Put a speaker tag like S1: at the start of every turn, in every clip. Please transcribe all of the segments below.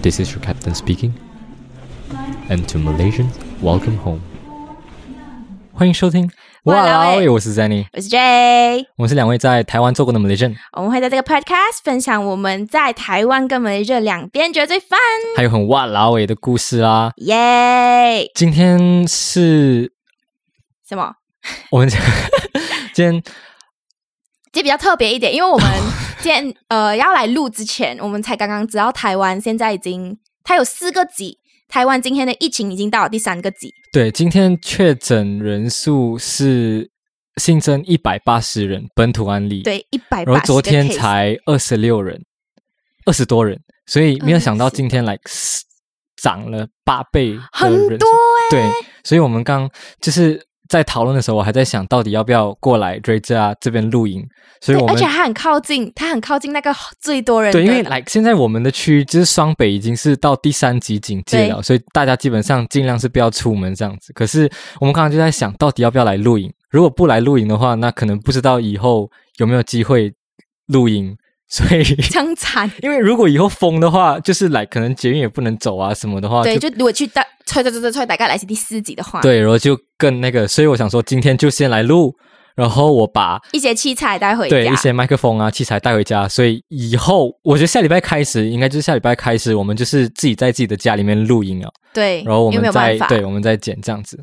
S1: This is your captain speaking. And to Malaysians, welcome home. 欢迎收听，
S2: 哇啦喂
S1: 喂我是 Zanny，
S2: 我是 J，
S1: 我们是两位在台湾做过的 Malaysian，
S2: 我们会在这个 podcast 分享我们在台湾跟马来西亚两边觉得最 fun，
S1: 还有很哇啦喂的故事啦。
S2: 耶、
S1: 今天是
S2: 什么？
S1: 我们 今天
S2: 这比较特别一点，因为 我们今天呃要来录之前，我们才刚刚知道台湾现在已经它有四个级，台湾今天的疫情已经到了第三个级，
S1: 对今天确诊人数是新增一百八十人本土案例，，
S2: 对，一百
S1: 然
S2: 八
S1: 后
S2: 十
S1: 昨天才二十六人，二十多人，所以没有想到
S2: 20
S1: 今天来涨了八倍的
S2: 很
S1: 人数
S2: 多哎、
S1: 对，所以我们刚就是在讨论的时候，我还在想到底要不要过来 d r a g e 啊这边露营，所以我
S2: 对，而
S1: 们
S2: 且它很靠近，它很靠近那个最多人的，
S1: 对，因为来现在我们的区就是双北已经是到第三级警戒了，所以大家基本上尽量是不要出门这样子。可是我们刚刚就在想到底要不要来露营，如果不来露营的话，那可能不知道以后有没有机会露营，所以。
S2: 枪惨，
S1: 因为如果以后封的话，就是来可能捷运也不能走啊什么的话，
S2: 对，
S1: 就
S2: 就如果去大，吹吹吹吹吹，大概来是第四集的话，，
S1: 对，然后就更那个，所以我想说今天就先来录，然后我把
S2: 一些器材带回家，
S1: 对一些麦克风啊器材带回家，所以以后我觉得下礼拜开始，应该就是下礼拜开始，我们就是自己在自己的家里面录音啊，
S2: 对，
S1: 然后我
S2: 哎因
S1: 们
S2: 为没有
S1: 再
S2: 办法，
S1: 对我们再剪这样子，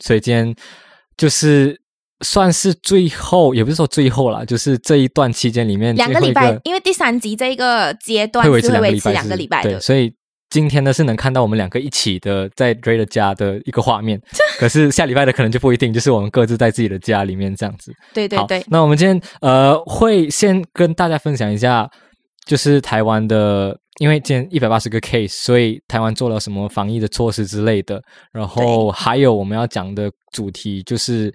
S1: 所以今天就是算是最后，也不是说最后啦，就是这一段期间里面
S2: 两
S1: 最
S2: 个
S1: 后一
S2: 礼拜，因为第三集这一个阶段
S1: 会
S2: 是
S1: 维持
S2: 会
S1: 两个
S2: 维
S1: 礼
S2: 持
S1: 拜，
S2: 两个礼拜
S1: 对，
S2: 的，
S1: 所以今天呢是能看到我们两个一起的在 Ray 的家的一个画面，可是下礼拜的可能就不一定，就是我们各自在自己的家里面这样子。
S2: 对对
S1: 好，
S2: 对，
S1: 那我们今天呃会先跟大家分享一下，就是台湾的，因为今天一百八十个 case，所以台湾做了什么防疫的措施之类的，然后还有我们要讲的主题就是，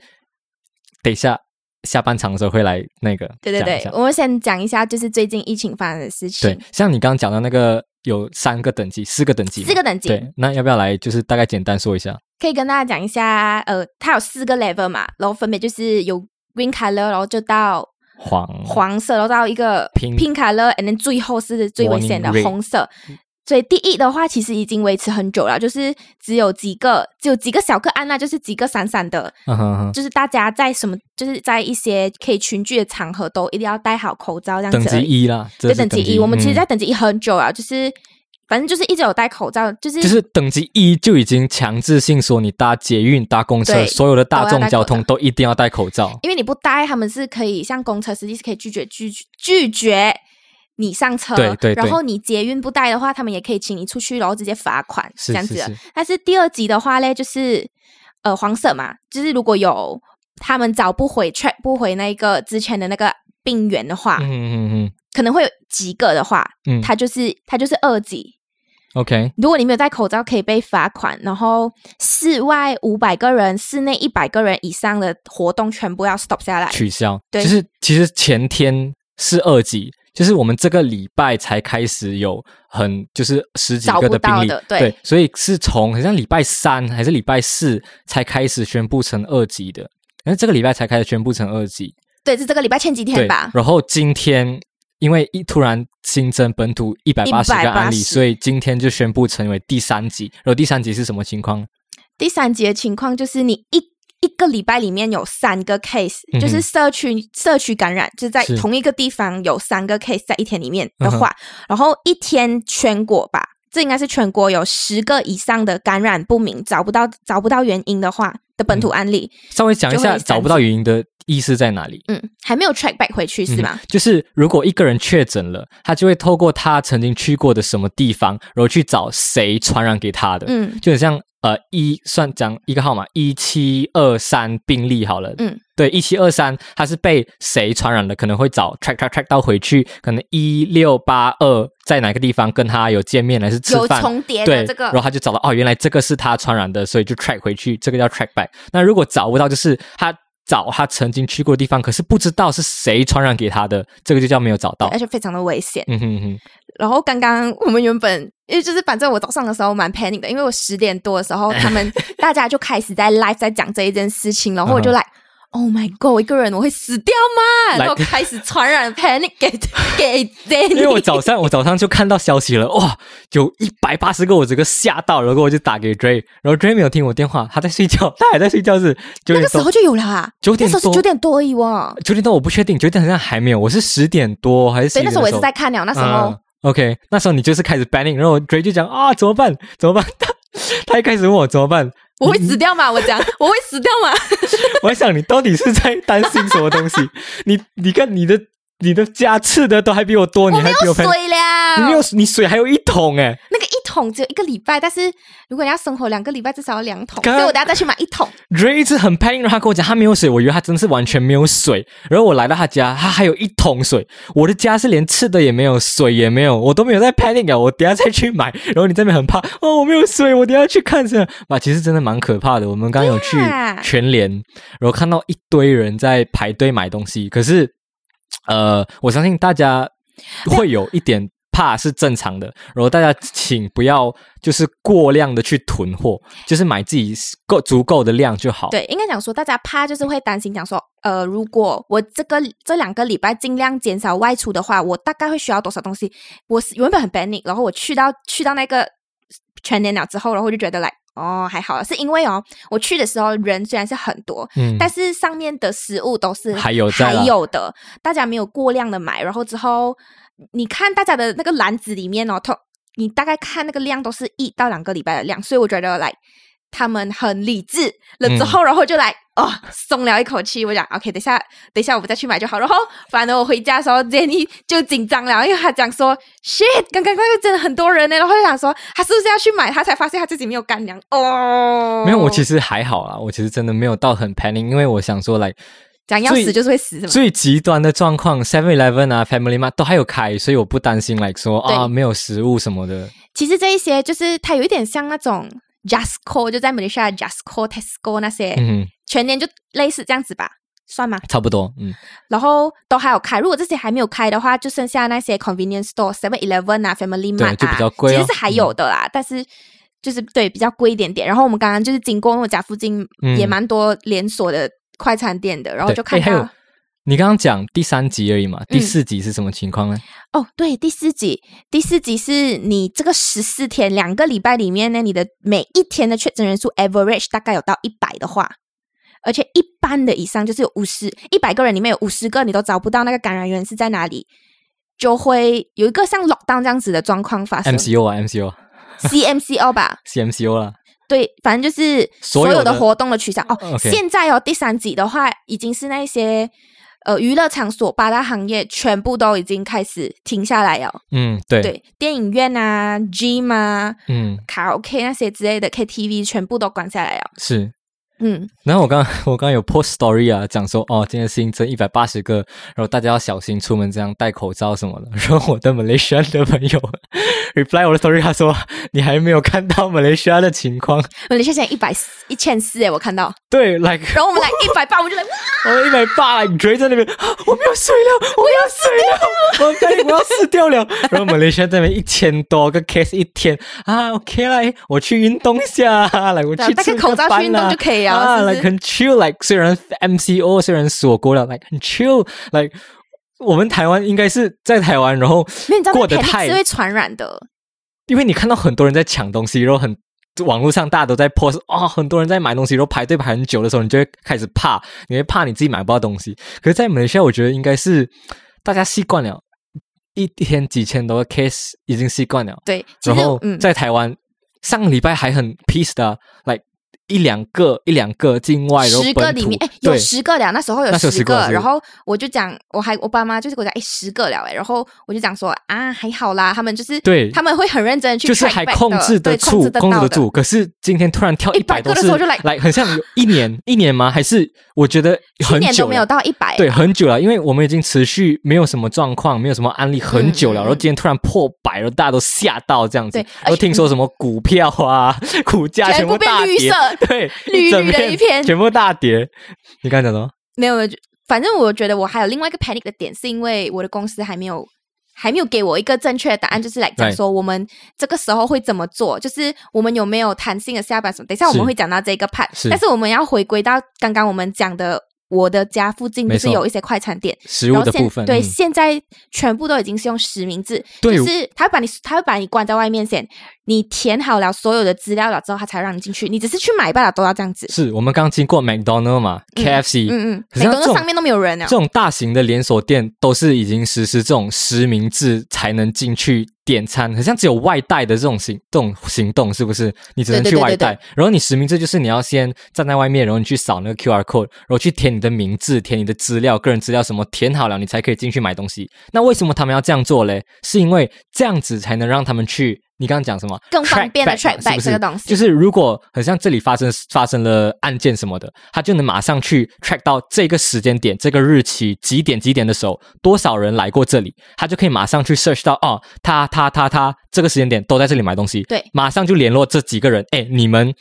S1: 等一下下半场的时候会来那个
S2: 对对
S1: 讲一
S2: 对
S1: 下，
S2: 我们先讲一下就是最近疫情发生的事
S1: 对
S2: 情，，
S1: 像你刚刚讲的那个有三个等级，四个等级嘛，
S2: 四个等级
S1: 对，那要不要来就是大概简单说一下？
S2: 可以跟大家讲一下，呃，它有四个 level 嘛，然后分别就是有 green color，然后就到
S1: 黄
S2: 黄色，然后到一个
S1: 嗯 Pink
S2: pink color，and then 最后是最危险的
S1: Warning red
S2: 红色。所以第一的话，其实已经维持很久了，就是只有几个，只有几个小个案那就是几个闪闪的，
S1: 嗯哼哼，
S2: 就是大家在什么，就是在一些可以群聚的场合都一定要戴好口罩这样子
S1: 等
S2: 而已。
S1: 级一啦，这
S2: 对
S1: 是
S2: 等级一，我们其实，
S1: 嗯
S2: 在等级一很久啊，就是反正就是一直有戴口罩，就是
S1: 就是等级一就已经强制性说你搭捷运、搭公车，
S2: 对
S1: 所有的大
S2: 都要
S1: 众
S2: 戴口罩
S1: 交通都一定要戴口罩。
S2: 因为你不戴，他们是可以像公车司机是可以拒绝拒拒绝你上车，
S1: 对对对
S2: 然后你捷运不戴的话，他们也可以请你出去，然后直接罚款
S1: 是
S2: 这样
S1: 是
S2: 子的
S1: 是，
S2: 但是第二集的话嘞，就是呃黄色嘛，就是如果有他们找不回 check 不回那个之前的那个病源的话，
S1: 嗯嗯嗯
S2: 可能会有几个的话，
S1: 嗯
S2: 它就是它就是二级。
S1: ，OK，
S2: 如果你没有戴口罩，可以被罚款。然后室外五百个人、室内一百个人以上的活动全部要 stop 下来。
S1: 取消。
S2: 对
S1: 就是其实前天是二级，就是我们这个礼拜才开始有很就是十几个
S2: 找不到
S1: 病例
S2: 的，对
S1: 所以是从好像礼拜三还是礼拜四才开始宣布成二级的，然后这个礼拜才开始宣布成二级。
S2: 对，是这个礼拜前几天
S1: 对
S2: 吧？
S1: 然后今天因为一突然新增本土一百八十个案例，
S2: 180
S1: 所以今天就宣布成为第三级。然后第三级是什么情况？
S2: 第三级的情况就是你一一个礼拜里面有三个 case，、
S1: 嗯哼
S2: 就是社区社区感染，就是在
S1: 是嗯
S2: 同一个地方有三个 case 在一天里面的话，然后一天全国吧，这应该是全国有十个以上的感染不明，找不到找不到原因的话的本土
S1: 嗯
S2: 案例，
S1: 稍微讲一
S2: 就会
S1: 下
S2: 有
S1: 找不到原因的意思在哪里？
S2: 嗯还没有 track back 回去是吗？
S1: 就是如果一个人确诊了，他就会透过他曾经去过的什么地方，然后去找谁传染给他的。
S2: 嗯，
S1: 就很像呃一算讲一个号码一七二三病例好了，
S2: 嗯，
S1: 对，一七二三它是被谁传染的，可能会找 track track track 到回去，可能一六八二在哪个地方跟他有见面还是吃
S2: 有
S1: 饭。
S2: 重叠
S1: 对
S2: 的，这
S1: 然后
S2: 个，
S1: 他就找到哦，原来这个是他传染的，所以就 track 回去，这个叫 track back。那如果找不到，就是他找他曾经去过的地方，可是不知道是谁传染给他的，这个就叫没有找到
S2: 而。且非常的危险。
S1: 嗯哼哼，
S2: 然后刚刚我们原本，因为就是反正我早上的时候蛮 panic 的，因
S1: 嗯
S2: 为我十点多的时候，他们大家就开始在 live 在讲这一件事情，然后我就来、 Oh my god！我一个人我会死掉吗？
S1: 来
S2: 然后 开始传染 panic 给给 Jenny，
S1: 因为我早上我早上就看到消息了，哇，有一百八十个，我整个吓到，然后我就打给 Dray，然后 Dray 没有听我电话，他在睡觉， 他还在睡觉是九
S2: 那
S1: 点
S2: 个时
S1: 多
S2: 候，就有了啊，
S1: 九点
S2: 那时候
S1: 多
S2: 是九点多而已哦哇。
S1: 九点多我不确定，九点好像还没有，我是十点多还是十
S2: 所以
S1: 一点
S2: 那时
S1: 的
S2: 候我也是在看了，那时候
S1: 嗯 OK，那时候你就是开始 banning，然后 Dray 就讲啊怎么办 怎么办，他他一开始问我怎么办，
S2: 我会死掉吗？我讲我会死掉吗？
S1: 我在想你到底是在担心什么东西？ 你你看你的你的家吃的都还比我多，你
S2: 我没
S1: 还比
S2: 有
S1: 喷，
S2: 水啊了，
S1: 你没有你水还有一桶哎、
S2: 那个一桶只有一个礼拜，但是如果你要生活两个礼拜，至少要两桶，
S1: 刚
S2: 所以我等下再去买一桶。
S1: Ray 一直很 p a n i 然后他跟我讲他没有水，我以为他真的是完全没有水。然后我来到他家，他还有一桶水。我的家是连吃的也没有，水也没有，我都没有在 panic 啊。我等一下再去买。然后你这边很怕哦，我没有水，我等一下去看这样。哇，其实真的蛮可怕的。我们刚刚有去
S2: 对啊
S1: 全联，然后看到一堆人在排队买东西，可是呃，我相信大家会有一点。怕是正常的，然后大家请不要就是过量的去囤货，就是买自己够足够的量就好。
S2: 对，应该讲说大家怕就是会担心，讲说呃，如果我这个这两个礼拜尽量减少外出的话，我大概会需要多少东西？我是原本很 panic，然后我去到去到那个全年了之后，然后我就觉得来。哦，还好，是因为哦，我去的时候人虽然是很多，
S1: 嗯，
S2: 但是上面的食物都是
S1: 还有在
S2: 还
S1: 啦
S2: 有的，大家没有过量的买，然后之后你看大家的那个篮子里面哦，通你大概看那个量都是一到两个礼拜的量，所以我觉得来他们很理智了
S1: 嗯
S2: 之后，然后就来哦松了一口气，我讲 OK，等一下等一下我们再去买就好。然后反而我回家的时候，Jenny 就紧张了，因为他讲说 shit，刚刚那个真的很多人呢，然后就想说他是不是要去买，他才发现他自己没有干粮哦。
S1: 没有，我其
S2: 实
S1: 实还好啦，我其实真的没有到很 panic，因为我想说来
S2: 讲要
S1: 最
S2: 死就是会死，是吗？
S1: 最极端的状况，Seven Eleven 啊，Family Mart 都还有开，所以我不担心来说
S2: 对
S1: 啊没有食物什么的。
S2: 其实这一些就是它有一点像那种 Jasco，就在马来西亚 Jasco、Tesco 那些，
S1: 嗯，
S2: 全年就类似这样子吧，算吗？
S1: 差不多，嗯，
S2: 然后都还有开，如果这些还没有开的话，就剩下那些 convenience store、Seven Eleven 啊、Family
S1: 对
S2: Mart 啊，
S1: 就比较贵哦
S2: 其实是还有的啦，但是。就是对比较贵一点点，然后我们刚刚就是经过因为我家附近
S1: 嗯
S2: 也蛮多连锁的快餐店的，然后
S1: 对，
S2: 就看
S1: 诶还
S2: 到、
S1: 有你刚刚讲第三集而已嘛，第
S2: 嗯
S1: 四集是什么情况呢？
S2: 哦，对，第四集，第四集是你这个十四天两个礼拜里面呢，你的每一天的确诊人数 average 大概有到一百的话，而且一半的以上就是有五十一百个人里面有五十个你都找不到那个感染源是在哪里，就会有一个像 lockdown 这样子的状况发生
S1: MCO 啊，MCO。
S2: CMCO 吧，
S1: CMCO 啦，
S2: 对，反正就是
S1: 所有
S2: 有
S1: 的
S2: 的活动的取消哦。
S1: OK
S2: 现在哦，第三集的话，已经是那一些呃娱乐场所、八大行业全部都已经开始停下来了。
S1: 嗯，对，
S2: 对，电影院啊、gym 啊、
S1: 嗯，
S2: 卡拉 OK 那些之类的 KTV 全部都关下来了。
S1: 是，
S2: 嗯，
S1: 然后我刚 我刚有 post story 啊，讲说哦，今天新增一百八十个，然后大家要小心出门，这样戴口罩什么的。 然后我的 Malaysia 的朋友 reply 我的 story，他说你还没有看到 Malaysia 的情况，
S2: 我连现在一百一千四哎，我看 到，
S1: 对，like
S2: 然后我们来一百八，我们就来，哇
S1: 我们一百八追在那边， 啊我没有水了，我没有水了，我担心我要死掉 了。然后 Malaysia 这边一千多个 case 一天啊，OK 啦，诶我去运动一下，来我
S2: 对啊
S1: 去
S2: 戴
S1: 吃
S2: 个口罩
S1: 饭
S2: 去运动
S1: 啦
S2: 就可以啊
S1: 啊
S2: 是不是
S1: ，like 很 chill，like 虽然 MCO 虽然锁国了，like 很 chill，like 我们台湾应该是在台湾，然后
S2: 没有你知道
S1: 过
S2: 吗
S1: 得
S2: panic
S1: 太
S2: 是会传染的，
S1: 因为你看到很多人在抢东西，然后很网络上大家都在 post 哦，很多人在买东西，然后排队排很久的时候，你就会开始怕，你会怕你自己买不到东西。可是，在马来西亚，我觉得应该是大家习惯了，一一天几千多个 case 已经习惯了。
S2: 对，其
S1: 然
S2: 实
S1: 后
S2: 嗯，
S1: 在台湾，上个礼拜还很 peace 的、啊、，like 一两个一两个境外，然后
S2: 十个
S1: 本
S2: 里
S1: 土
S2: 面哎有
S1: 对
S2: 十个了，那时候有
S1: 那时候
S2: 十
S1: 10个
S2: 个，
S1: 是
S2: 然后我就讲，我还我爸妈就是给我讲哎十个了哎，然后我就讲说啊还好啦，他们就是
S1: 对
S2: 他们会很认真地去
S1: 就是
S2: track
S1: 还
S2: back
S1: 控制
S2: 的
S1: 得
S2: 对控
S1: 住
S2: 制，得
S1: 控制
S2: 到
S1: 得
S2: 的哎
S1: 住。可是今天突然跳一百
S2: 100
S1: 多
S2: 个的
S1: 是
S2: 时候就来
S1: 来很像有一年一年吗？还是我觉得
S2: 去
S1: 很
S2: 年
S1: 久
S2: 都没有
S1: 了。
S2: 到 一百，
S1: 对，很久了，因为我们已经持续没有什么状况，没有什么案例很久了，
S2: 嗯嗯嗯
S1: 然后今天突然破百了，大家都吓到这样子
S2: 对，
S1: 然后听说什么股票啊、股价
S2: 全
S1: 全
S2: 部
S1: 部
S2: 变
S1: 大
S2: 绿
S1: 跌
S2: 色，
S1: 对，
S2: 绿
S1: 一整
S2: 绿的一片
S1: 全部大跌。你刚才讲什么？
S2: 没有，没有就反正我觉得我还有另外一个 panic 的点，是因为我的公司还没有还没有给我一个正确的答案，就是来讲
S1: Right
S2: 说我们这个时候会怎么做，就是我们有没有弹性的下半什么。等一下我们
S1: 是
S2: 会讲到这个 part，
S1: 是
S2: 但是我们要回归到刚刚我们讲的我的家附近不
S1: 没
S2: 是
S1: 错
S2: 有一些快餐店，
S1: 食物的部分，
S2: 然后现对、
S1: 嗯
S2: 现在全部都已经是用实名制，
S1: 对
S2: 就是他会把你他会把你关在外面先，你填好了所有的资料了之后，他才让你进去，你只是去买罢了，都要这样子。
S1: 是我们刚经过 McDonald 嘛，KFC，、
S2: 嗯嗯，
S1: 可
S2: 每
S1: 是它
S2: 个
S1: 这种
S2: 上面都没有人了
S1: 这。种大型的连锁店都是已经实施这种实名制才能进去点餐，很像只有外带的这种行这种行动，是不是？你只能
S2: 对
S1: 去
S2: 对对
S1: 外
S2: 对对
S1: 带，然后你实名制就是你要先站在外面，然后你去扫那个 QR code，然后去填你的名字、填你的资料、个人资料什么，填好了你才可以进去买东西。那为什么他们要这样做嘞？是因为这样子才能让他们去。你刚刚讲什么？
S2: 更方便地 track back
S1: 是不
S2: 这
S1: 是
S2: 个东西
S1: 就是如果很像这里发生发生了案件什么的，他就能马上去 track 到这个时间点、这个日期几点几点的时候，多少人来过这里，他就可以马上去 search 到哦，他他他他这个时间点都在这里买东西，
S2: 对
S1: 马上就联络这几个人，哎，你们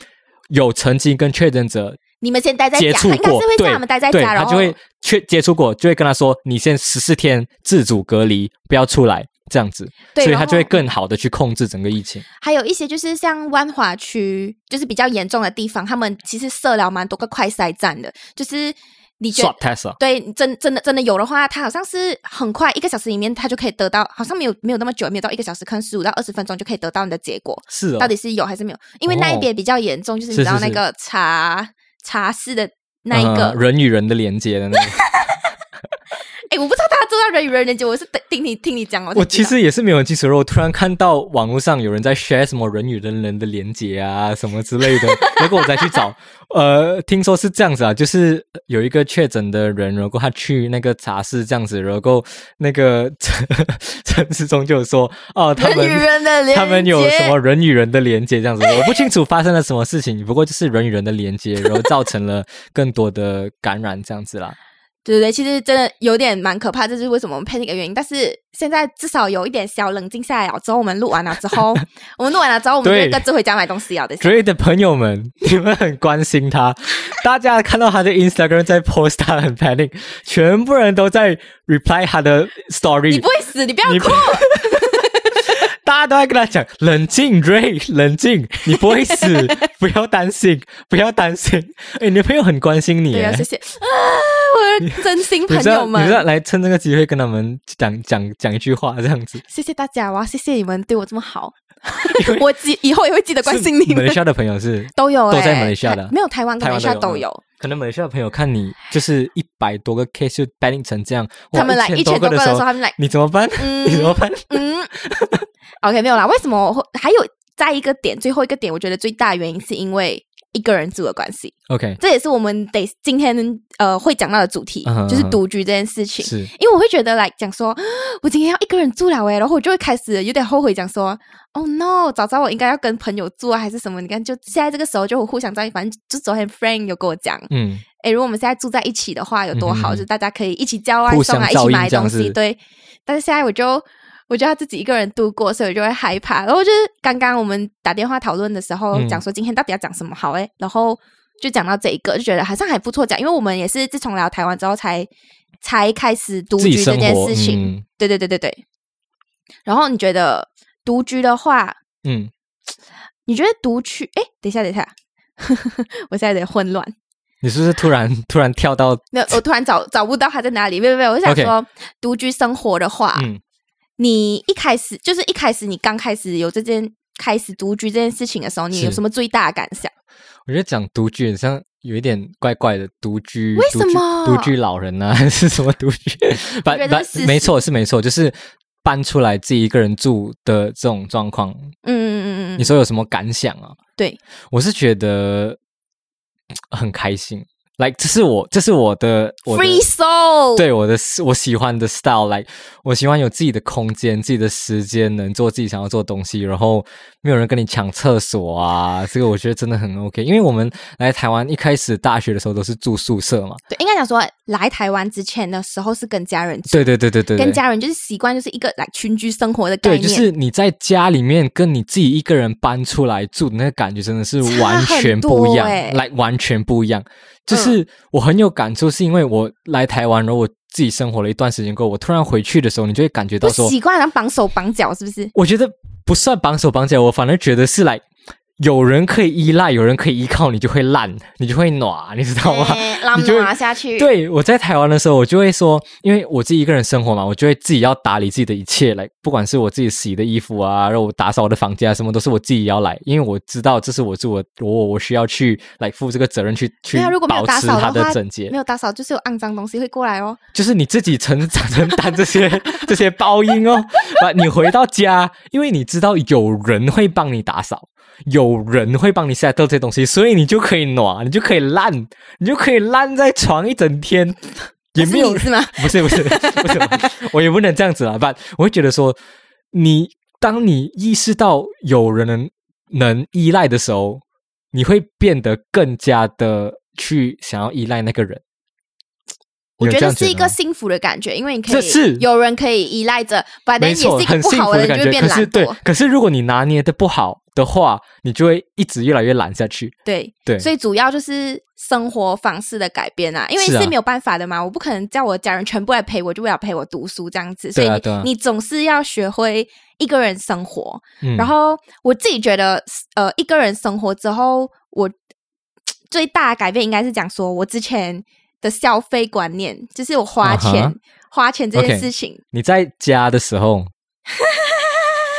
S1: 有曾经跟确诊者
S2: 你们先待在
S1: 接
S2: 家，
S1: 触
S2: 他应该是
S1: 过，
S2: 会
S1: 对
S2: 让他们待在
S1: 对
S2: 家，然
S1: 他
S2: 后
S1: 就会去接触过，就会跟他说，你先十四天自主隔离，不要出来。这样子，
S2: 对
S1: 所以
S2: 然
S1: 他
S2: 后
S1: 就会更好的去控制整个疫情。
S2: 还有一些就是像万华区，就是比较严重的地方，他们其实设了蛮多个快筛站的，就是你觉
S1: Swap
S2: 得
S1: test 啊，
S2: 对真真的真的有的话，它好像是很快一个小时里面，它就可以得到，好像没有没有那么久，没有到一个小时，可能十五到二十分钟就可以得到你的结果，
S1: 是哦
S2: 到，底是有还是没有？因为那一边比较严重，就是你
S1: 是
S2: 知道
S1: 是
S2: 那
S1: 是
S2: 个茶茶室的那一
S1: 呃
S2: 个，
S1: 人与人的连接 的那个。
S2: 哎、我不知道大家知道人与人的连接，我是等听你听你讲，我才
S1: 我
S2: 知
S1: 其
S2: 道
S1: 实也是没有很清楚，然后我突然看到网络上有人在 share 什么人与人人的连接啊，什么之类的， 结果我再去找，呃，听说是这样子啊，就是有一个确诊的人，然后他去那个茶室这样子，然后那个 陈陈世忠就有说，哦，他
S2: 人与
S1: 们。
S2: 人的连接，
S1: 他们有什么人与人的连接这样子，我不清楚发生了什么事情，不过就是人与人的连接，然后造成了更多的感染这样子啦。
S2: 对对对，其实真的有点蛮可怕，这是为什么我们 panic 的原因。但是现在至少有一点小冷静下来了，之后我们录完了之 后，我们录完了之后，我们就
S1: 对
S2: 会各自回家买东西了的。
S1: 所以的朋友 们，你们很关心他，大家看到他的 Instagram 在 post，他很 panic，全部人都在 reply 他的
S2: 你
S1: story，
S2: 不会死，你不要
S1: 你
S2: 哭
S1: 不。 大家都在跟他讲冷静，Ray，冷静，你不会 死，不要担心，不要担心。哎，你的朋友很关心你
S2: 对啊，
S1: 耶，
S2: 谢谢啊，我的真心
S1: 你
S2: 朋
S1: 知道，
S2: 友
S1: 你知道，
S2: 们，
S1: 来趁这个机会跟他们讲讲讲一句话，这样子。
S2: 谢谢大家哇，谢谢你们对我这么好
S1: 因为，
S2: 我记以后也会记得关心你
S1: 马
S2: 们
S1: 来。西亚的朋友是
S2: 都有、欸，
S1: 都在马来西亚的
S2: 台没有台湾
S1: 台
S2: 跟马来
S1: 湾
S2: 西亚
S1: 都有
S2: 都有。
S1: 可能马来西亚的朋友看你就是一百多个 case 就 banning 成这样，哇
S2: 他们来一
S1: 多
S2: 千多
S1: 的
S2: 个的时候，他 们来，
S1: 你怎么办？
S2: 嗯
S1: 你怎么 办？
S2: 嗯，OK，没有啦。为什么我会还有在一个点，最后一个点，我觉得最大原因是因为一个人住的关系，
S1: OK，
S2: 这也是我们得今天呃会讲到的主题
S1: 嗯哼
S2: 就是
S1: 嗯哼
S2: 独居这件事情。
S1: 是
S2: 因为我会觉得来讲说，我今天要一个人住了欸诶，然后我就会开始有点后悔，讲说，Oh no，早知道我应该要跟朋友住啊，还是什么？你看，就现在这个时候就互相在，反正就昨天 Frank 有跟我讲，
S1: 嗯，
S2: 诶，如果我们现在住在一起的话，有多
S1: 嗯
S2: 好？
S1: 哼
S2: 就大家可以一起叫外
S1: 互
S2: 送
S1: 相
S2: 啊，一
S1: 照
S2: 起
S1: 应
S2: 买
S1: 这样
S2: 东
S1: 子
S2: 西，对。但是现在我就我就要自己一个人度过，所以我就会害怕。然后就是刚刚我们打电话讨论的时候，
S1: 嗯
S2: 讲说今天到底要讲什么好诶，然后就讲到这一个，就觉得好像还不错讲，因为我们也是自从来到台湾之后才才开始独
S1: 自己
S2: 居这
S1: 生
S2: 件
S1: 活，
S2: 事情。
S1: 嗯
S2: 对对对对对。然后你觉得独居的话，
S1: 嗯，
S2: 你觉得独居？诶，等一下，等一下， 我现在有点混乱。
S1: 你是不是突 然突然跳到
S2: 没有，我突然找找不到他在哪里。没有没有，我想
S1: OK
S2: 说独居生活的话，
S1: 嗯
S2: 你一开始就是一开始你刚开始有这件开始独居这件事情的时候，你
S1: 是
S2: 有什么最大的感想？
S1: 我觉得讲独居很像有一点怪怪的，独居
S2: 为
S1: 独
S2: 什
S1: 居
S2: 么
S1: 独居老人啊，还 是什么独 居？
S2: 我觉得
S1: 但
S2: 是事
S1: 没
S2: 实
S1: 错是没错，就是搬出来自己一个人住的这种状况，
S2: 嗯嗯嗯
S1: 你
S2: 嗯，
S1: 说有什么感想啊？
S2: 对，
S1: 我是觉得嘖很开心，like 这是我这是我的我的
S2: free soul，，
S1: 对我的我喜欢的 style，like 我喜欢有自己的空间、自己的时间，能做自己想要做的东西，然后没有人跟你抢厕所啊，这个我觉得真的很 OK。因为我们来台湾一开始大学的时候都是住宿舍嘛，
S2: 对，应该讲说来台湾之前的时候是跟家人住，
S1: 对对对对对对，
S2: 跟家人就是习惯就是一个来群居生活的概
S1: 对，
S2: 念，
S1: 就是你在家里面跟你自己一个人搬出来住的那个感觉，真的是
S2: 差
S1: 完全
S2: 很
S1: 不一
S2: 多
S1: 样，
S2: 欸嗯
S1: 来完全不一样。就是我很有感触，是因为我来台湾，然后我自己生活了一段时间过后，我突然回去的时候，你就会感觉到
S2: 不
S1: 说，
S2: 习惯，然后绑手绑脚，是不是？
S1: 我觉得不算绑手绑脚，我反而觉得是来有人可以依赖，有人可以依靠，你就会烂，你就会暖，你知道吗？
S2: 哎拉
S1: 你就会
S2: 马下去，
S1: 对，我在台湾的时候，我就会说，因为我自己一个人生活嘛，我就会自己要打理自己的一切，来，不管是我自己洗的衣服啊，然后我打扫我的房间啊，什么都是我自己要来，因为我知道这是我住我我我需要去来负这个责任去去
S2: 没有如果没有
S1: 保
S2: 打
S1: 持
S2: 扫的
S1: 它的
S2: 话
S1: 整洁
S2: 没，有打扫就是有肮脏东西会过来哦。
S1: 就是你自己承 承担这些这些报应哦。啊，你回到家，因为你知道有人会帮你打扫，有人会帮你 set 这些东西，所以你就可以暖，你就可以烂，你就可以烂在床一整天，也
S2: 是
S1: 没有
S2: 你是吗？
S1: 不是不是不是，我也不能这样子啦。但我会觉得说，你当你意识到有人能能依赖的时候，你会变得更加的去想要依赖那个人。
S2: 我
S1: 你有
S2: 觉
S1: 这
S2: 得
S1: 样
S2: 是一
S1: 吗
S2: 个幸福的感觉，因为你可
S1: 这
S2: 以
S1: 是
S2: 有人可以依赖着，反正
S1: 没
S2: 也
S1: 错，
S2: 是一个
S1: 很
S2: 不
S1: 幸
S2: 好
S1: 福
S2: 的人，
S1: 感
S2: 就会
S1: 觉。
S2: 变
S1: 可是
S2: 懒
S1: 对
S2: 惰。，
S1: 可是如果你拿捏的不好的话，你就会一直越来越懒下去。
S2: 对，
S1: 对，
S2: 所以主要就是生活方式的改变啊，因为
S1: 是啊
S2: 是没有办法的嘛，我不可能叫我家人全部来陪我，就为了陪我读书这样子，所
S1: 对
S2: 以
S1: 啊
S2: 你,、
S1: 对啊
S2: 你总是要学会一个人生活。
S1: 嗯
S2: 然后我自己觉得，呃，一个人生活之后，我最大的改变应该是讲说我之前的消费观念，就是我花
S1: 啊哈
S2: 钱、花钱这件
S1: OK
S2: 事情。
S1: 你在家的时 候，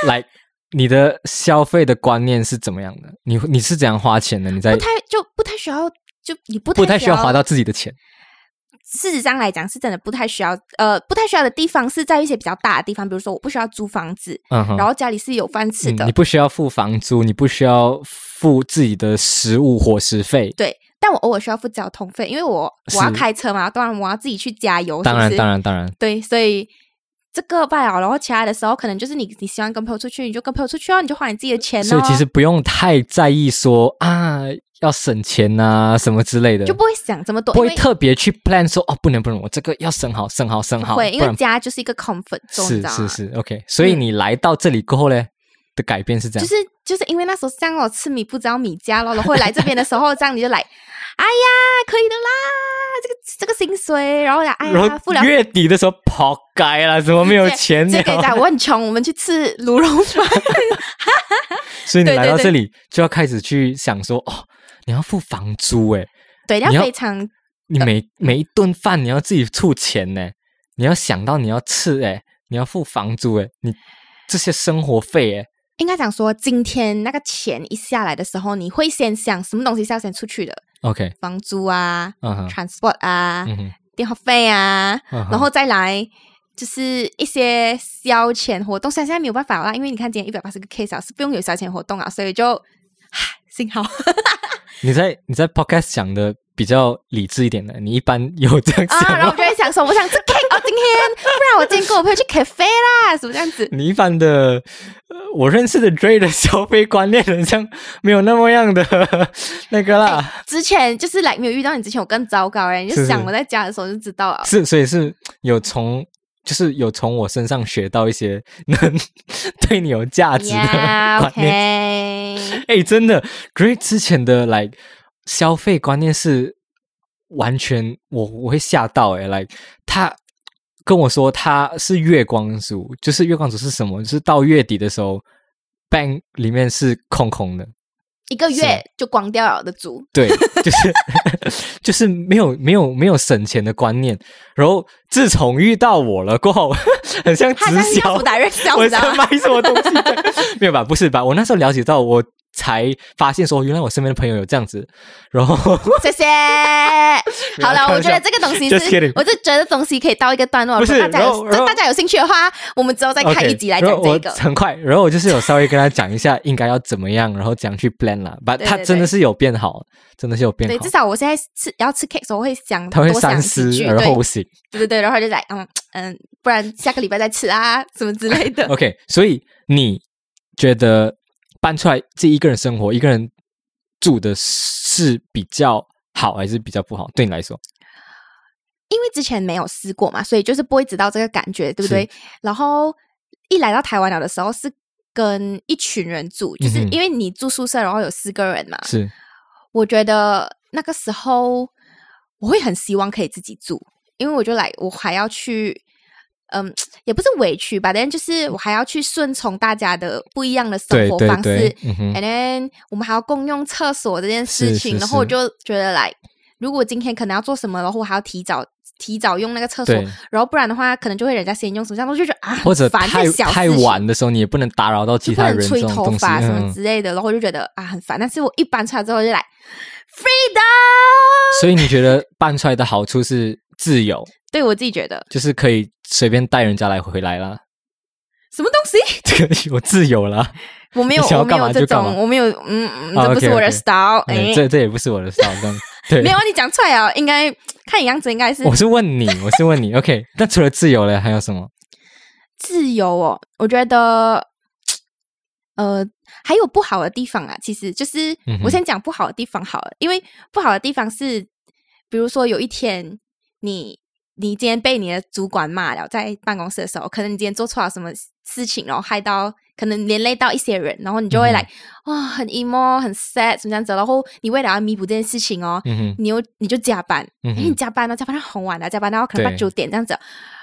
S1: 来你的消费的观念是怎么样的？你你是怎样花钱的？你在
S2: 不太就不太需要，就你不
S1: 哎不太需
S2: 需
S1: 要花到自己的钱。
S2: 事实上来讲，是真的不太需要。呃，不太需要的地方是在一些比较大的地方，比如说我不需要租房子，
S1: 嗯哼，
S2: 然后家里是有饭吃的，
S1: 嗯你不需要付房租，你不需要付自己的食物伙食费。
S2: 对。但我偶尔需要付交通费，因为我
S1: 是
S2: 我要开车嘛，当然我要自己去加油，
S1: 当
S2: 是不
S1: 然，
S2: 是
S1: 当然，当然，
S2: 对，所以。这个罢了，然后其他的时候可能就是你，你喜欢跟朋友出去，你就跟朋友出去哦，你就花你自己的钱哦。
S1: 所以其实不用太在意说啊要省钱啊什么之类的，
S2: 就不会想这么多，
S1: 不会
S2: 因为
S1: 特别去 plan 说哦，不能不能，我这个要省好省好省
S2: 不
S1: 好，
S2: 哎会，
S1: 不
S2: 因为啊
S1: 然
S2: 家就是一个 comfort zone，你知
S1: 是
S2: 道吗？
S1: 是是 OK。所以你来到这里过后呢，的改变是这
S2: 就
S1: 样，
S2: 是就是因为那时候像我吃米不知道米家咯，然后来这边的时候，这样你就来，哎呀，可以的啦，这个这个薪水，然后来，哎
S1: 然
S2: 呀，付
S1: 后
S2: 了。
S1: 月底的时候跑街了，怎么没有钱
S2: 这个
S1: 了？
S2: 讲我很穷，我们去吃卤肉饭。
S1: 所以你
S2: 对
S1: 来
S2: 对
S1: 到
S2: 对
S1: 这里就要开始去想说哦，你要付房租哎诶，
S2: 对，
S1: 你要
S2: 非常
S1: 你每每一顿饭你要自己出钱呢，你要想到你要吃诶，你要付房租诶，你这些生活费哎诶，
S2: 应该讲说，今天那个钱一下来的时候，你会先想什么东西是要先出去的，
S1: o k
S2: 房租啊、
S1: 嗯哼，
S2: transport 啊、
S1: 嗯哼，
S2: 电话费啊，
S1: 嗯哼
S2: 然后再来就是一些消遣活动。虽然现在没有办法啦，因为你看今天一百八十个 case 啊，是不用有消遣活动啊，所以就唉幸 好啊
S1: 你在你在 podcast 讲的比较理智一点的，你一般有这样
S2: 啊，
S1: 想
S2: 然后
S1: 吗？
S2: 我就会想说，我想吃 cake 哦，今天不然我今天跟我朋友去 cafe 啦，什么这样子。
S1: 你一般的，呃我认识的 Dray 的消费观念好像没有那么样的那个啦，
S2: 之前就是来没有遇到你之前，我更糟糕哎、你
S1: 是
S2: 就是想我在家的时候就知道了。
S1: 是所以是有从就是有从我身上学到一些能 对你有价值的
S2: Yeah,
S1: 观念。
S2: OK，
S1: 哎、真的，Dray 之前的 like 消费观念是完全我我会吓到哎、like 他跟我说他是月光族，就是月光族是什么？就是到月底的时候，bank 里面是空空的。
S2: 一个
S1: 是
S2: 月就光掉了的族，
S1: 对，就是就是 没有没有没有省钱的观念。然后自从遇到我了过后， 很像
S2: 他
S1: 直
S2: 像要
S1: 销
S2: 不，打热 销，
S1: 我
S2: 你知道
S1: 在
S2: 吗？
S1: 卖什么东西的？啊 没有吧？不是吧？我那时候了解到，我才发现说，原来我身边的朋友有这样子。然 后
S2: 谢谢。
S1: 没有啊
S2: 好
S1: 开
S2: 了，
S1: 玩
S2: 我觉得
S1: 笑
S2: 这个东西
S1: Just kidding
S2: 是，我就觉得东西可以到一个段落。
S1: 不
S2: 如果
S1: 是
S2: 大家
S1: 然后
S2: 有
S1: 然后
S2: 大家有兴趣的话，我们之后再开
S1: OK，
S2: 一集来讲
S1: 然后
S2: 这
S1: 我
S2: 个。
S1: 很快，然后我就是有稍微跟他讲一下应该要怎么样，然后怎样去 plan 啦。把
S2: 对
S1: 他
S2: 对
S1: 真的
S2: 对
S1: 是有变好，真的是有变
S2: 对，
S1: 好
S2: 至。少我现在吃要吃 cake 的时候我会想，
S1: 他会
S2: 多想
S1: 三
S2: 几
S1: 思
S2: 句，
S1: 而
S2: 对
S1: 后行。
S2: 对对对，然后就来，嗯嗯，不然下个礼拜再吃啊，什么之类 的。
S1: OK，所以你觉得搬出来自己一个人生活、一个人住的是比较好还是比较不好？对你来说，
S2: 因为之前没有试过嘛，所以就是不会知道这个感觉，对不
S1: 是
S2: 对？然后一来到台湾了的时候是跟一群人住，就是
S1: 嗯哼
S2: 因为你住宿舍，然后有四个人嘛，
S1: 是
S2: 我觉得那个时候我会很希望可以自己住，因为我就来，我还要去嗯，也不是委屈吧，但就是我还要去顺从大家的不一样的生
S1: 对
S2: 活
S1: 对
S2: 方式。
S1: 对，嗯哼
S2: And then 我们还要共用厕所这件事
S1: 是
S2: 情，
S1: 是
S2: 然后我
S1: 是
S2: 就觉得来，如果今天可能要做什么，然后我还要提早提早用那个厕所，
S1: 对，
S2: 然后不然的话，可能就会人家先用什么，这样我就觉得啊，
S1: 或者
S2: 很烦
S1: 太
S2: 这小事
S1: 太
S2: 情
S1: 晚的时候，你也不能打扰到
S2: 就
S1: 其
S2: 不
S1: 他
S2: 能
S1: 人这
S2: 吹
S1: 种
S2: 头
S1: 东西，
S2: 发什么
S1: 嗯，
S2: 之类的，然后我就觉得啊很烦。但是我一搬出来之后就来 freedom，
S1: 所以你觉得搬出来的好处是自由，
S2: 对我自己觉得
S1: 就是可以随便带人家来回来啦，
S2: 什么东西
S1: 这个有自由啦。
S2: 我没有
S1: 你想要
S2: 我没
S1: 干
S2: 有
S1: 嘛
S2: 这
S1: 就干
S2: 种
S1: 嘛
S2: 我没有嗯嗯，
S1: 啊
S2: 这不是我的
S1: OK，OK
S2: style，哎、
S1: 嗯，这这也不是我的 style，这样 对。
S2: 没有啊，你讲出来啊，应该看你样子应该是
S1: 我是问你，我是问你，OK？那除了自由嘞，还有什么？
S2: 自由哦，我觉得，呃，还有不好的地方啊。其实就是
S1: 嗯哼
S2: 我先讲不好的地方好了，因为不好的地方是，比如说有一天你你今天被你的主管骂了，在办公室的时候，可能你今天做错了什么事情，然后害到可能连累到一些人，然后你就会
S1: 嗯哼
S2: 来啊、哦很 emo 很 sad 什么这样子，然后你为了要弥补这件事情哦，
S1: 嗯哼，
S2: 你又你就加班，
S1: 嗯
S2: 因为你
S1: 哼，
S2: 加班到加班到很晚啊了，加班到可能八
S1: 对
S2: 九点这样子，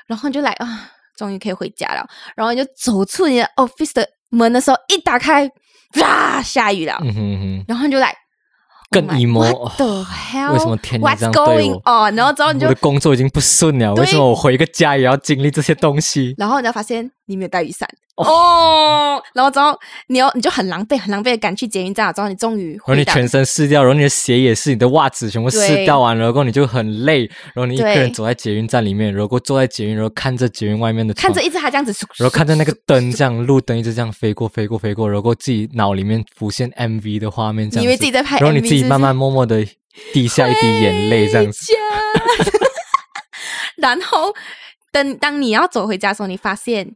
S2: 然后你就来啊，终于可以回家了。然后你就走出你的 office 的门的时候，一打开，啦，下雨了。
S1: 嗯哼嗯哼，
S2: 然后你就来，Oh
S1: 更 emo 哦
S2: What the hell？
S1: 为什么天气
S2: What's
S1: 这样对
S2: going on？然后之后
S1: 我
S2: 你就
S1: 的，工作已经不顺了，
S2: 对
S1: 为什么我回个家也要经历这些东西？
S2: 然后你就发现你没有带雨伞哦。然后之后你又你就很狼狈，很狼狈的赶去捷运站了。之后你终于
S1: 然后
S2: 回
S1: 你
S2: 到
S1: 全身湿掉，然后你的鞋也是，你的袜子全部湿
S2: 对
S1: 掉完了，然后你就很累，然后你一个
S2: 对
S1: 人走在捷运站里面，然后坐在捷运，然后看着捷运外面的窗
S2: 看着一只它这样子，
S1: 然后看着那个灯，这样路灯一直这样飞过、飞过、飞过，然后自己脑里面浮现 MV 的画面，这样子，
S2: 你以为自己在拍 MV，
S1: 然后你自己慢慢默默的滴下一滴眼泪，这样子，
S2: 家。 然后等当你要走回家的时候，你发现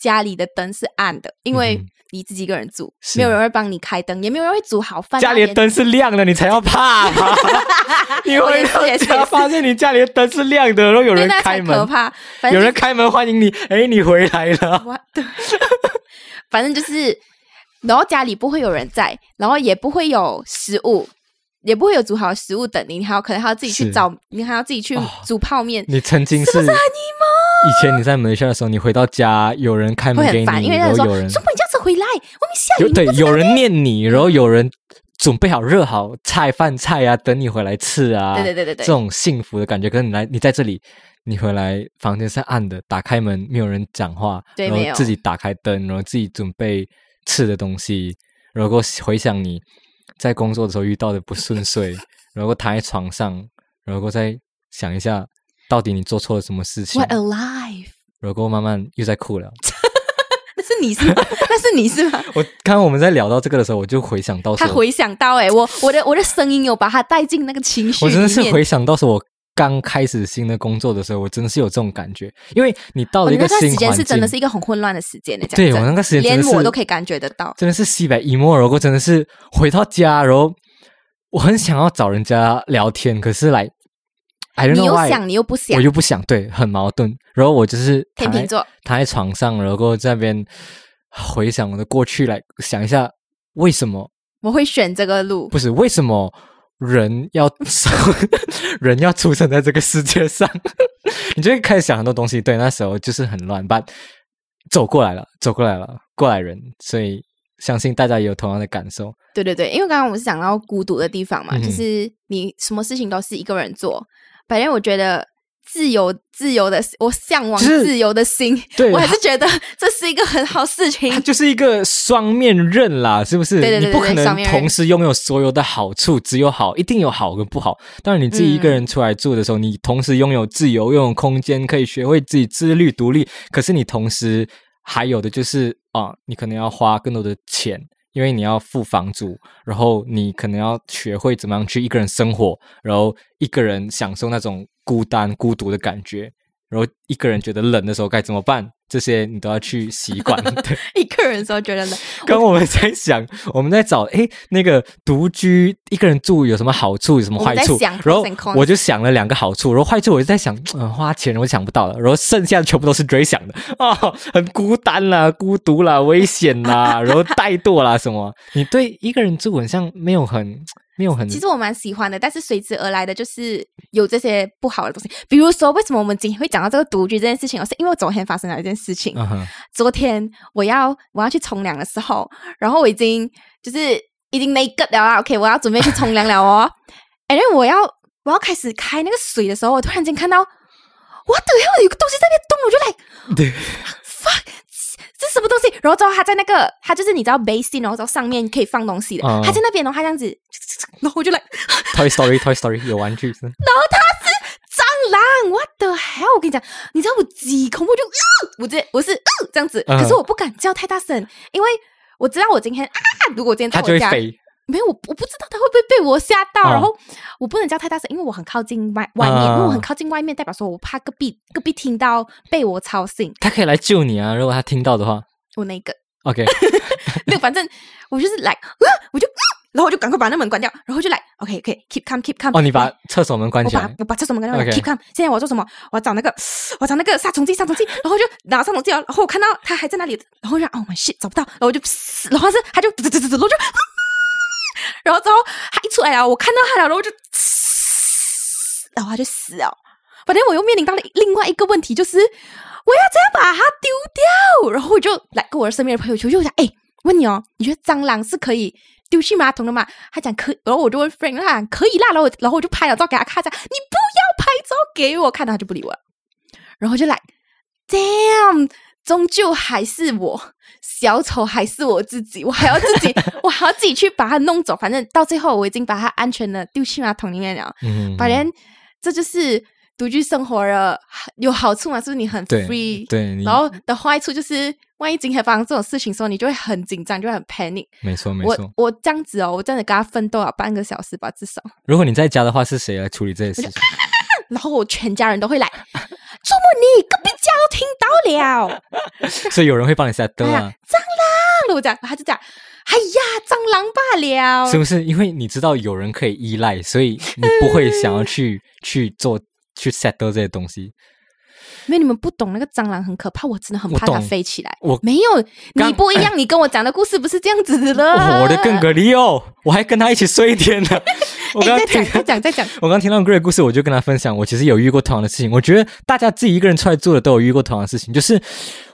S2: 家里的灯是暗的，因为
S1: 嗯哼
S2: 你自己一个人住，
S1: 是
S2: 没有人会帮你开灯，也没有人会煮好饭。啊
S1: 家里的灯是亮的，你才要 怕啊吧？你
S2: 我
S1: 回
S2: 也是
S1: 到
S2: 也是
S1: 家
S2: 也是
S1: 发现你家里的灯是亮的，然后有
S2: 对
S1: 人
S2: 那
S1: 开
S2: 才可
S1: 门，
S2: 怕。反正
S1: 有人开门欢迎你，哎，你回来了，
S2: 我对，反正就是，然后家里不会有人在，然后也不会有食物。也不会有煮好的食物等你，你还要可能还要自己去
S1: 是
S2: 找，你还要自己去
S1: 哦
S2: 煮泡面，
S1: 你曾经是。以前你在门下的时候，你回到家有人开
S2: 会
S1: 门给
S2: 很烦，
S1: 你，
S2: 因为
S1: 然
S2: 他
S1: 后
S2: 说：“
S1: 有人
S2: 说不你这样子回来，外面下雨。
S1: 有
S2: 你
S1: 对有人念你，然后有人准备好热好菜饭菜啊，等你回来吃啊，
S2: 对对对对对
S1: 这种幸福的感觉。可是你来你在这里，你回来房间是暗的，打开门没有人讲话，
S2: 对
S1: 然后
S2: 没有
S1: 自己打开灯，然后自己准备吃的东西，然后回想你在工作的时候遇到的不顺 遂，然后躺在床上，然后再想一下到底你做错了什么事 情
S2: What，alive？
S1: 然后慢慢又在哭 了。
S2: 那是你是吗？ 那是你是吗？
S1: 我刚刚我们在聊到这个的时候，我就回想到
S2: 他
S1: 说
S2: 回想到哎、我我的我的声音有把他带进那个情绪
S1: 我
S2: 里
S1: 真
S2: 面。
S1: 的是回想到是我刚开始新的工作的时候，我真的是有这种感觉，因为你到
S2: 哦
S1: 了一
S2: 你
S1: 个
S2: 那段
S1: 新
S2: 时间
S1: 环
S2: 是
S1: 境，
S2: 真的是一个很混乱的时间呢、讲
S1: 对
S2: 真
S1: 我那个时间真
S2: 连
S1: 的是
S2: 我都可以感觉得到。
S1: 真的是西北一摸，然后真的是回到家，然后我很想要找人家聊天，可是来，I don't
S2: 你
S1: know
S2: 又
S1: why，
S2: 想，你又不想
S1: 我，又不想，对，很矛盾。然后我就是
S2: 天
S1: 躺
S2: 秤
S1: 在
S2: 座
S1: 躺在床上，然后在那边回想我的过去，来想一下为什么
S2: 我会选这个路。
S1: 不是为什么人要 生人要出生在这个世界上， 你就会开始想很多东西。对，那时候就是很乱，但走过来了，走过来了，过来人，所以相信大家也有同样的感受。
S2: 对对对，因为刚刚我们是讲到孤独的地方嘛，
S1: 嗯
S2: 就是你什么事情都是一个人做。反正我觉得自由，自由的，我向往
S1: 就是
S2: 自由的心。
S1: 对
S2: 我还是觉得这是一个很好事情
S1: 它。就是一个双面刃啦，是不是？
S2: 对对对
S1: 你不
S2: 对
S1: 可
S2: 双
S1: 能
S2: 面刃
S1: 同时拥有所有的好处，只有好，一定有好跟不好。当然，你自己一个人出来住的时候，你同时拥有自由，拥有空间，可以学会自己自律独立。可是你同时还有的就是啊，你可能要花更多的钱。因为你要付房租，然后你可能要学会怎么样去一个人生活，然后一个人享受那种孤单、孤独的感觉，然后一个人觉得冷的时候该怎么办，这些你都要去习惯。对，
S2: 一个人的时候觉得冷，
S1: 刚我们在想，我们在找诶，那个独居一个人住有什么好处，有什么坏
S2: 我
S1: 处
S2: 们在想？
S1: 然后
S2: pros and cons
S1: 我就想了两个好处，然后坏处我就在想，嗯、花钱我想不到了，然后剩下的全部都是 Dray 想的 啊、很孤单啦、孤独 啦、危险啦，然后怠惰啦什么。你对一个人住很像没有很没有很
S2: 其实我蛮喜欢的，但是随之而来的就是有这些不好的东西。比如说，为什么我们今天会讲到这个独居这件事情？而哦是因为我昨天发生了一件事情。
S1: 嗯 哼
S2: 昨天我要我要去冲凉的时候，然后我已经就是已经 naked 了啦，OK，我要啊准备去冲凉了哦。 哎，我要我要开始开那个水的时候，我突然间看到，我等一下有个东西在那边动，我就来
S1: 对
S2: fuck，这是什么东西？然后之后他在那个，他就是你知道 basin，然后之后上面可以放东西的，
S1: 嗯
S2: 他在那边，然后他这样子， 然后我就来
S1: ，Toy Story Toy Story 有玩具是
S2: 蟑螂，what the hell！我跟你讲，你知道我几恐怖，我就、呃、我这我是、呃、这样子，
S1: 嗯
S2: 可是我不敢叫太大声，因为我知道我今天啊，如果我今天在
S1: 它就
S2: 我
S1: 会
S2: 家，
S1: 飞。
S2: 没有我我不知道它会不会被我吓到，
S1: 嗯
S2: 然后我不能叫太大声，因为我很靠近外外面，
S1: 嗯
S2: 因为我很靠近外面，代表说我怕隔壁隔壁听到被我吵醒，
S1: 它可以来救你啊！如果它听到的话
S2: 我那个。
S1: ，OK，
S2: 没有，反正我就是来，呃我就、呃然后我就赶快把那门关掉，然后就来，OK OK，keep calm，keep calm。
S1: 哦，你把厕所门关
S2: 我
S1: 起
S2: 把
S1: 来，
S2: 我把厕所门关掉
S1: OK
S2: ，keep calm。现在我要做什么？我要找那个，我要找那个杀虫剂，杀虫剂。然后就拿杀虫剂啊，然后我看到他还在那里，然后我就哦 my shit，找不到，然后我就，然后是他就，然后就，然后之后他一出来啊，我看到他了，然后我就，然后他就死了。反正我又面临到了另外一个问题，就是我要怎样把它丢掉？然后我就来跟我身边的朋友求救一下，哎，问你哦，你觉得蟑螂是可以丢去马桶的吗？他讲可以，然后我就问 Frank，他讲可以啦，然后我然后我就拍了照给他看，他讲你不要拍照给我看，他就不理我了，然后就来，damn，终究还是我。小丑还是我自己，我还要自 己，我还要自己去把它弄走。反正到最后，我已经把它安全的丢去马桶里面了。
S1: 嗯，
S2: 反正这就是独居生活的有好处嘛，是不是？你很
S1: 对
S2: free，
S1: 对，你
S2: 然后的坏处就是，万一今天发生这种事情的时候，你就会很紧张，就会很 panic。
S1: 没错没错
S2: 我。我这样子哦，我真的跟他奋斗了半个小时吧，至少。
S1: 如果你在家的话，是谁来处理这些事情？
S2: 然后我全家人都会来， 周末你隔壁家都听到了。
S1: 所以有人会帮你 set
S2: 哎
S1: 啊
S2: 呀，，蟑螂！我讲，他就讲，哎呀，蟑螂罢了
S1: 是。不是？因为你知道有人可以依赖，所以你不会想要 去去做去 set 这些东西。
S2: 因为你们不懂那个蟑螂很可怕，我真的很
S1: 我
S2: 怕它
S1: 懂
S2: 飞起来。
S1: 我
S2: 没有，你
S1: 刚
S2: 不一 样，你跟我讲的故事不是这样子的。
S1: 哦我的更隔离哦，我还跟他一起睡一天 呢。我刚
S2: 哎，
S1: 刚
S2: 再
S1: 听
S2: 讲，再讲，再讲。
S1: 我刚听到 Gray 的故事，我就跟他分享，我其实有遇过同样的事情。我觉得大家自己一个人出来做的都有遇过同样的事情，就是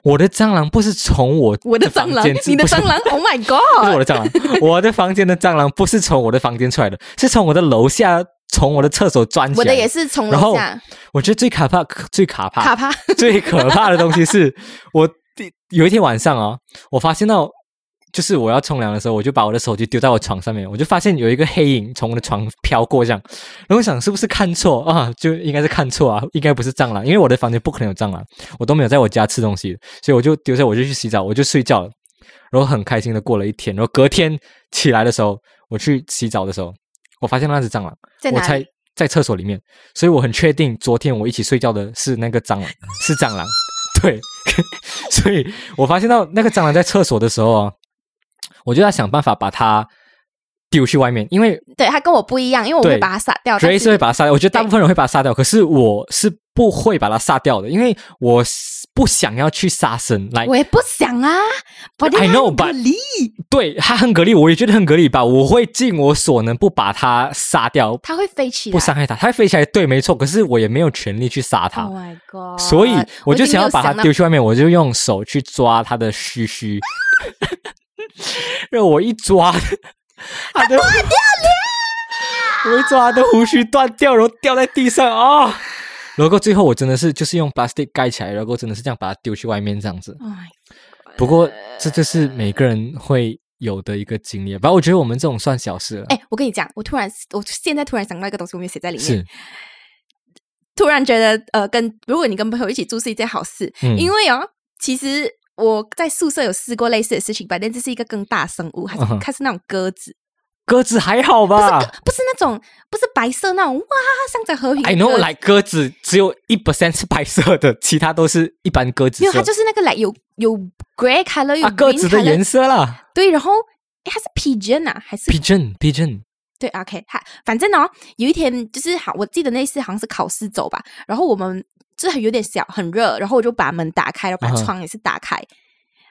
S1: 我的蟑螂不是从我
S2: 我的
S1: 房
S2: 蟑螂
S1: 间，
S2: 你的
S1: 不是
S2: 蟑 螂，Oh my
S1: 不是我
S2: God！
S1: 的蟑 螂，我的房间的蟑螂不是从我的房间出来的，是从我的楼下，从我的厕所钻起来。
S2: 我的也。是从
S1: 然
S2: 楼
S1: 后
S2: 下，
S1: 我觉得最可怕、最可怕、
S2: 卡帕，
S1: 最可怕的东西是，我第有一天晚上啊，我发现到。就是我要冲凉的时候，我就把我的手机丢在我床上面，我就发现有一个黑影从我的床飘过，这样，然后我想是不是看错啊？就应该是看错啊，应该不是蟑螂，因为我的房间不可能有蟑螂，我都没有在我家吃东西，所以我就丢下，我就去洗澡，我就睡觉了，然后很开心的过了一天，然后隔天起来的时候，我去洗澡的时候，我发现那只蟑螂，
S2: 在
S1: 我
S2: 哪
S1: 猜
S2: 里？
S1: 在厕所里面，所以我很确定昨天我一起睡觉的是那个蟑螂，是蟑螂。对， 所以我发现到那个蟑螂在厕所的时候啊，我就要想办法把它丢去外面，因为
S2: 对，他跟我不一样，因为我
S1: 对
S2: 会把它杀掉。但
S1: Dre 是会把它杀掉，我觉得大部分人会把它杀掉，可是我是不会把它杀掉的，因为我不想要去杀生来。
S2: 我也不想啊，我的
S1: I know,
S2: 蛤
S1: but-
S2: 蜊
S1: 对它很隔离，我也觉得很隔离吧，我会尽我所能不把它杀掉，
S2: 它会飞起来。
S1: 不伤害它。它会飞起来，对，没错，可是我也没有权利去杀它。
S2: Oh my God！
S1: 所以我就
S2: 已经
S1: 想要
S2: 哦没
S1: 把
S2: 有
S1: 它
S2: 到
S1: 丢去外面，我就用手去抓它的须须，让我一抓，它的断掉了，我一抓它的胡须断掉，然后掉在地上啊、然后最后我真的是就是用 plastic 盖起来，然后真的是这样把它丢去外面这样子。
S2: Oh my
S1: 不过这就是每个人会有的一个经历，啊反正我觉得我们这种算小事了。
S2: 哎、我跟你讲，我突然，我现在突然想到一个东西，我没有写在里面
S1: 是。
S2: 突然觉得，呃，跟如果你跟朋友一起住是一件好事，
S1: 嗯
S2: 因为哦，其实我在宿舍有试过类似的事情，反正这是一个更大生物，它是、
S1: 嗯哼
S2: 它是那种鸽子，
S1: 鸽子还好吧
S2: 不是那种不是白色那种哇，象征和平的
S1: ？I
S2: 鸽
S1: know，
S2: 子
S1: 来鸽子只有一 percent 是白色的，其他都是一般鸽子色。
S2: 没有，它就是那个来有有 grey color 有
S1: 啊，鸽
S2: green
S1: 子的
S2: color，
S1: 颜色啦
S2: 对，然后诶它是 pigeon 啊，还是
S1: ，pigeon pigeon，
S2: 对，OK，哈，反正哦，有一天就是好，我记得那次好像是考试走吧，然后我们就是有点小，很热，然后我就把门打开，然
S1: 嗯
S2: 后把
S1: 哼
S2: 窗也是打开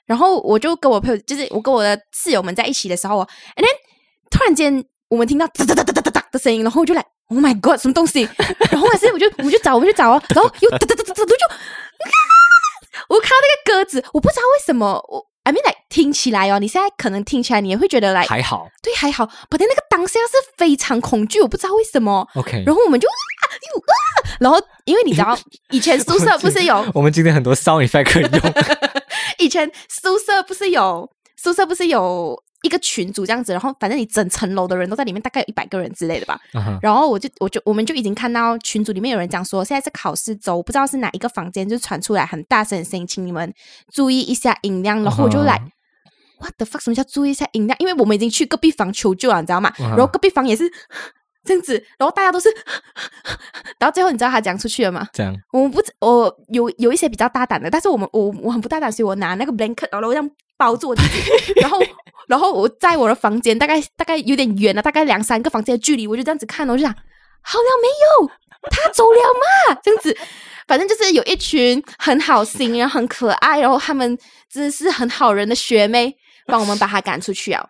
S2: 然后我就跟我朋友，就是我跟我的室友们在一起的时候哦，and then 突然间我们听到哒哒哒哒哒哒哒的声音，然后我就来，Oh my God，什么东西？然后还是我就我们就找，我们就找啊，然后又哒哒哒哒哒，我就，啊我看到那个鸽子，我不知道为什么，我 I mean like 听起来哦，你现在可能听起来你也会觉得来、
S1: 还好
S2: 对还好，反正那个当下是非常恐惧，我不知道为什么，
S1: ，OK。
S2: 然后我们就啊又啊，然后因为你知道以前宿舍不是有
S1: 我们今天很多 sound effect 可以 用，
S2: 以前宿舍不是有宿舍不是有一个群组这样子，然后反正你整层楼的人都在里面，大概有一百个人之类的吧。
S1: 啊哈
S2: 然后我就我就我们就已经看到群组里面有人讲说，现在是考试周，不知道是哪一个房间就传出来很大声的声音，请你们注意一下音量。然后我就来。What the fuck？什么叫注意一下音量？因为我们已经去隔壁房求救了，你知道吗？
S1: 嗯哼
S2: 然后隔壁房也是 这样子，然后大家都是， 然后最后你知道他讲出去了吗？
S1: 这样
S2: 我不知，我有有一些比较大胆的，但是我们我我很不大胆，所以我拿那个 blanket，然后这样包住我自己，然后然后我在我的房间大概大概有点远了，大概两三个房间的距离，我就这样子看，我就想好了没有，他走了嘛，这样子，反正就是有一群很好心，然后很可爱，然后他们真的是很好人的学妹，帮我们把他赶出去啊。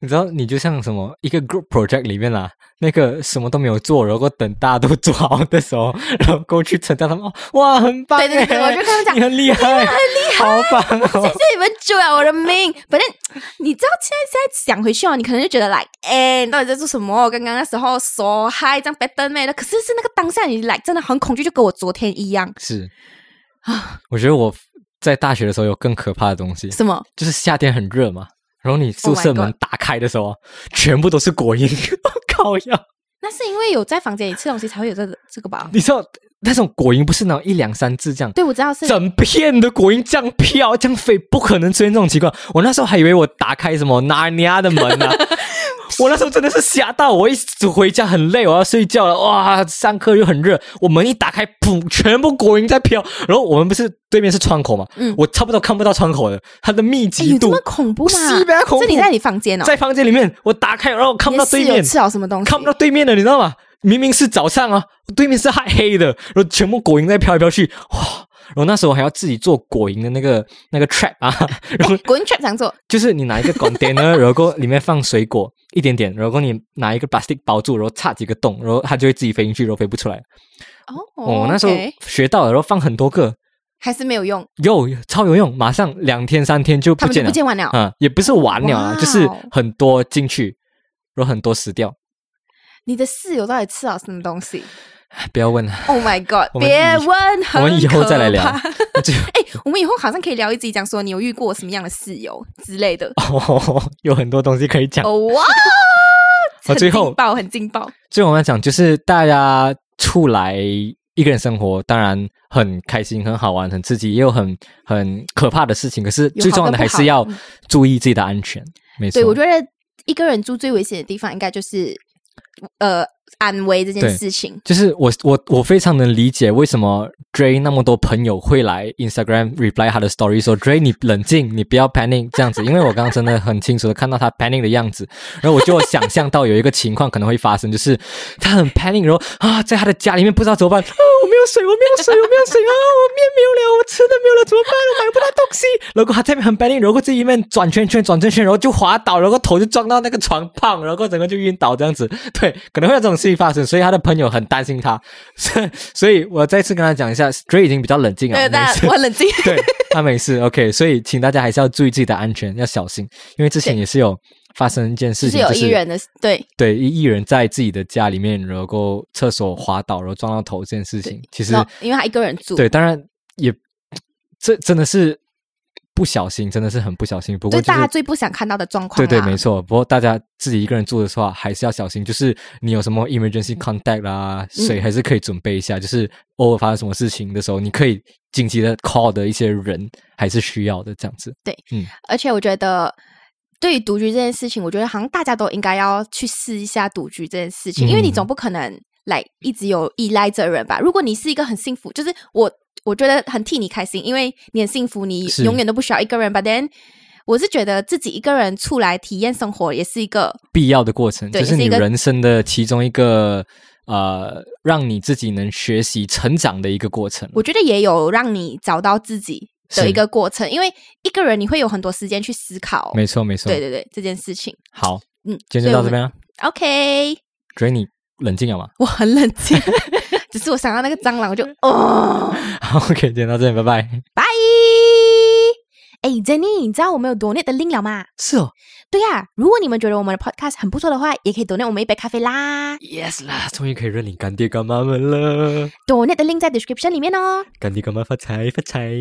S1: 你知道，你就像什么一个 group project 里面啦，那个什么都没有做，然后等大家都做好的时候，然后过去称赞他们，哦，哇，很棒耶，欸
S2: 对对对，我就跟他们讲
S1: 你，很厉害，很厉害，好棒
S2: 谢
S1: 哦，
S2: 谢你们救了我的命。反正你知道，现在现在想回去哦，你可能就觉得来，哎，你到底在做什么？刚刚那时候说嗨，这样 better 妹的，可是是那个当下你来真的很恐惧，就跟我昨天一样。
S1: 是啊，我觉得我在大学的时候有更可怕的东西，
S2: 什么？
S1: 就是夏天很热嘛，然后你宿
S2: Oh my
S1: 舍门打开的时候，全部都是果蝇， 靠呀！
S2: 那是因为有在房间里吃东西才会有这个这个吧？
S1: 你知道那种果蝇不是那种一两三只这样，
S2: 对，我知道是
S1: 整片的果蝇这样飘这样飞，不可能出现这种情况。我那时候还以为我打开什么纳尼亚的门 呢、我那时候真的是吓到，我一回家很累，我要睡觉了。哇，上课又很热，我门一打开，噗，全部果蝇在飘。然后我们不是对面是窗口嘛，
S2: 嗯
S1: 我差不多看不到窗口的，它的密
S2: 哎，
S1: 集
S2: 有这
S1: 度
S2: 么恐怖吗？
S1: 是呗恐怖
S2: 是你在你房间哦，
S1: 在房间里面，我打开然后看不
S2: 你的
S1: 到
S2: 室
S1: 对
S2: 友
S1: 面，
S2: 吃了什么东西？
S1: 看不到对面的，你知道吗？明明是早上啊，对面是黑黑的，然后全部果蝇在飘来飘去，哇！然后那时候还要自己做果蝇的那个那个 trap 啊，然后
S2: 滚圈常做，
S1: 就是你拿一个 container，然 后里面放水果一点点，然后你拿一个 plastic 包住，然后插几个洞，然后它就会自己飞进去，然后飞不出来。
S2: 哦，
S1: 我、那时候
S2: OK
S1: 学到了，然后放很多个，
S2: 还是没有用，
S1: 哟，超有用，马上两天三天就
S2: 他
S1: 不
S2: 们就
S1: 见
S2: 不
S1: 了。
S2: 见完了。
S1: 嗯，也不是完了啊，
S2: 哇哦
S1: 就是很多进去，然后很多死掉。
S2: 你的室友到底吃了什么东西
S1: 哎不要问了，
S2: ？Oh my god！
S1: 我们以
S2: 别问，
S1: 我们以后
S2: 很可
S1: 再来聊
S2: 怕。
S1: 就
S2: 哎、我们以后好像可以聊一集，讲说你有遇过什么样的室友之类的。
S1: 哦， 有很多东西可以讲。
S2: 哦哇！
S1: 我最后
S2: 很劲爆，很劲爆。
S1: 最后我们要讲就是大家出来一个人生活，当然很开心、很好玩、很刺激，也有很很可怕的事情。可是最重要的还是
S2: 有好
S1: 要
S2: 跟不
S1: 注意自己的安全。没错，
S2: 对，我觉得一个人住最危险的地方，应该就是呃安危这件
S1: 对
S2: 事情。
S1: 就是我我我非常能理解为什么 Dray 那么多朋友会来 Instagram reply 他的 story 说 Dray 你冷静，你不要 panic 这样子，因为我刚刚真的很清楚的看到他 panic 的样子，然后我就想象到有一个情况可能会发生，就是他很 panic，然后啊在他的家里面不知道怎么办啊，我没有水，我没有水，我没有水啊，我面没有了，我吃的没有了，怎么办？我买不到东西。然后他这边很 panic，然后自己一面转圈圈转圈圈，然后就滑倒，然后头就撞到那个床旁，然后整个就晕倒这样子。对，可能会有这种事情发生，所以他的朋友很担心他，所以所以我再次跟他讲一下，Stray 已经比较冷静了，
S2: 对，
S1: 没
S2: 但
S1: 事
S2: 我，很冷静。
S1: 对他没事，OK，所以请大家还是要注意自己的安全，要小心，因为之前也是有发生一件
S2: 就
S1: 事
S2: 是
S1: 情，
S2: 有
S1: 就
S2: 艺
S1: 是
S2: 人的对，
S1: 对一一人在自己的家里面，然后厕所滑倒，然后撞到头这件事情，其实
S2: 然后因为他一个人住，
S1: 对，当然也这真的是不小心，真的是很不小心，不
S2: 就
S1: 过
S2: 是
S1: 就
S2: 大
S1: 是
S2: 家最不想看到的状 况。
S1: 对 对，没。错。不过大家自己一个人住的话，还是要小心。就是你有什么 emergency contact 啦、
S2: 嗯
S1: 水还是可以准备一下。就是偶尔发生什么事情的时候，你可以紧急的 call 的一些人还是需要的。这样子，
S2: 而且我觉得。对于独居这件事情，我觉得好像大家都应该要去试一下独居这件事情，因为你
S1: 嗯
S2: 总不可能来一直有依赖着人吧。如果你是一个很幸福，就是我我觉得很替你开心，因为你很幸福，你
S1: 是
S2: 永远都不需要一个人。But then，我是觉得自己一个人出来体验生活也是一个
S1: 必要的过程，
S2: 对
S1: 这是
S2: 也是
S1: 你
S2: 一个
S1: 人生的其中一个呃，让你自己能学习成长的一个过程。
S2: 我觉得也有让你找到自己的
S1: 是
S2: 一个过程，因为一个人你会有很多时间去思考，
S1: 没错，没错
S2: 对。对对，这件事情。
S1: 好，
S2: 嗯，
S1: 今天就到这边啊。
S2: OK，
S1: 觉得你冷静了吗
S2: 我很冷静， 只是我想到那个蟑螂，我 就哦，
S1: 好？OK，今天到这边，拜拜。
S2: 拜。哎，Jenny，你知道我们有 donate 的 link 了吗？
S1: 是哦
S2: 对呀、如果你们觉得我们的 podcast 很不错的话，也可以 donate 我们一杯咖啡啦。
S1: ，Yes 啦，啊终于可以认领干爹干妈们了，
S2: donate 的 link 在 description 里面哦。
S1: 干爹干妈发财发财。